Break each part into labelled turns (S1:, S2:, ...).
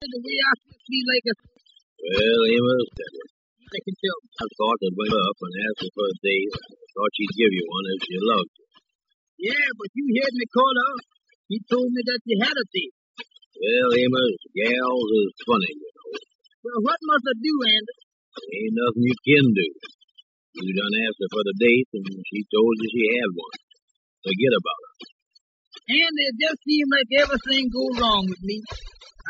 S1: the way I should be like a
S2: Well, Emma,
S1: I can tell.
S2: I thought I'd went up and asked her for a date. I thought she'd give you one if she loved you.
S1: Yeah, but you heard me call out. He told me that you had a date.
S2: Well, Emma, gals is funny, you know.
S1: Well, what must I do, Andy?
S2: There ain't nothing you can do. You done asked her for the date, and she told you she had one. Forget about it.
S1: Andy, it just seems like everything go wrong with me.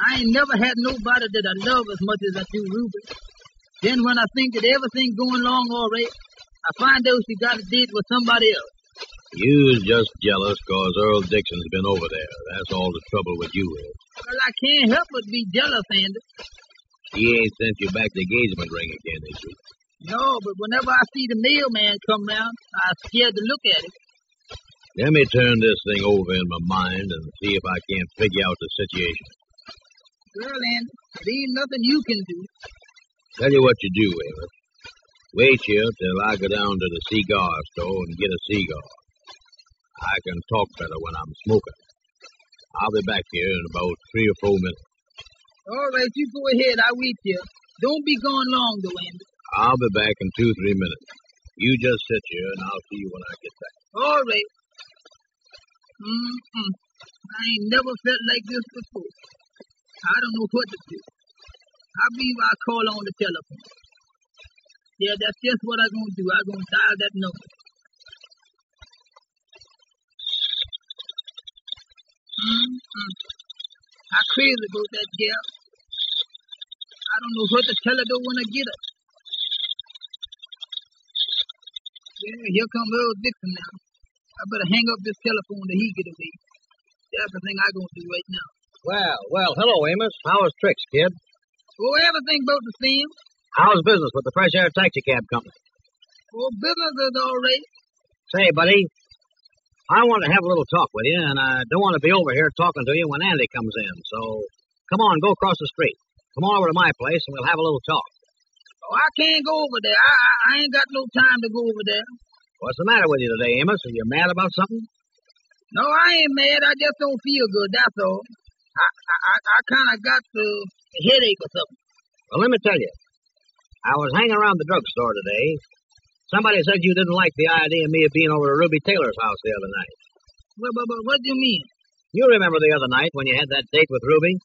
S1: I ain't never had nobody that I love as much as I do Ruby. Then when I think that everything going along all right, I find out she got a date with somebody else.
S2: You was just jealous 'cause Earl Dixon's been over there. That's all the trouble with you is.
S1: Well, I can't help but be jealous, Andy.
S2: He ain't sent you back the engagement ring again, is he?
S1: No, but whenever I see the mailman come round, I'm scared to look at him.
S2: Let me turn this thing over in my mind and see if I can't figure out the situation.
S1: Girl, Andy, there ain't nothing you can do.
S2: Tell you what you do, Ava. Wait here till I go down to the cigar store and get a cigar. I can talk better when I'm smoking. I'll be back here in about three or four minutes.
S1: All right, you go ahead. I wait here. Don't be gone long, though, Andy.
S2: I'll be back in two, three minutes. You just sit here and I'll see you when I get back.
S1: All right. Mm-mm. I ain't never felt like this before. I don't know what to do. I believe I call on the telephone. Yeah, that's just what I'm gonna do. I'm gonna dial that number. Mm-mm. I crazy about that girl. I don't know what to tell her though when I get her. Yeah, here come Earl Dixon now. I better hang up this telephone till he get away. That's the thing I gonna do right now.
S3: Well, well, hello, Amos. How is tricks, kid?
S1: Oh, everything about the same.
S3: How's business with the Fresh Air Taxi Cab Company?
S1: Oh, business is all right.
S3: Say, buddy, I want to have a little talk with you, and I don't want to be over here talking to you when Andy comes in. So, come on, go across the street. Come on over to my place, and we'll have a little talk.
S1: Oh, I can't go over there. I, I, I ain't got no time to go over there.
S3: What's the matter with you today, Amos? Are you mad about something?
S1: No, I ain't mad. I just don't feel good. That's all. I I, I, I kind of got the headache or something.
S3: Well, let me tell you. I was hanging around the drugstore today. Somebody said you didn't like the idea of me being over to Ruby Taylor's house the other night.
S1: What, what, what, what do you mean?
S3: You remember the other night when you had that date with Ruby?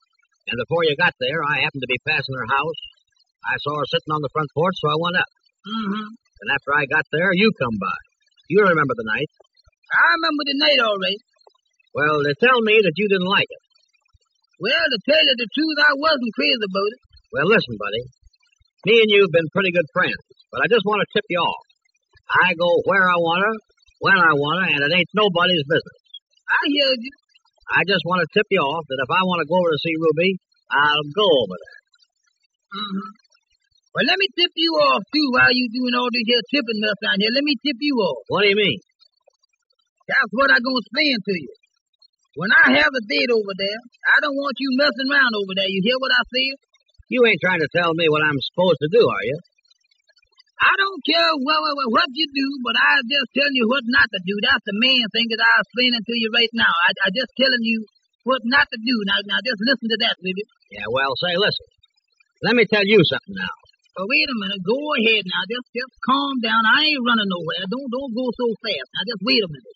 S3: And before you got there, I happened to be passing her house. I saw her sitting on the front porch, so I went up.
S1: Mm-hmm.
S3: And after I got there, you come by. You remember the night.
S1: I remember the night all right.
S3: Well, they tell me that you didn't like it.
S1: Well, to tell you the truth, I wasn't crazy about it.
S3: Well, listen, buddy. Me and you have been pretty good friends, but I just want to tip you off. I go where I want to, when I want to, and it ain't nobody's business.
S1: I hear you.
S3: I just want to tip you off that if I want to go over to see Ruby, I'll go over there.
S1: Mm-hmm. Well, let me tip you off, too, while you doing all this here tipping stuff down here. Let me tip you off.
S3: What do you mean?
S1: That's what I'm going to explain to you. When I have a date over there, I don't want you messing around over there. You hear what I say?
S3: You ain't trying to tell me what I'm supposed to do, are you?
S1: I don't care what, what, what you do, but I just telling you what not to do. That's the main thing that I'm explaining to you right now. I, I just telling you what not to do. Now, now just listen to that, will you?
S3: Yeah, well, say, listen. Let me tell you something now.
S1: But wait a minute. Go ahead now. Just just calm down. I ain't running nowhere. Don't don't go so fast. Now just wait a minute.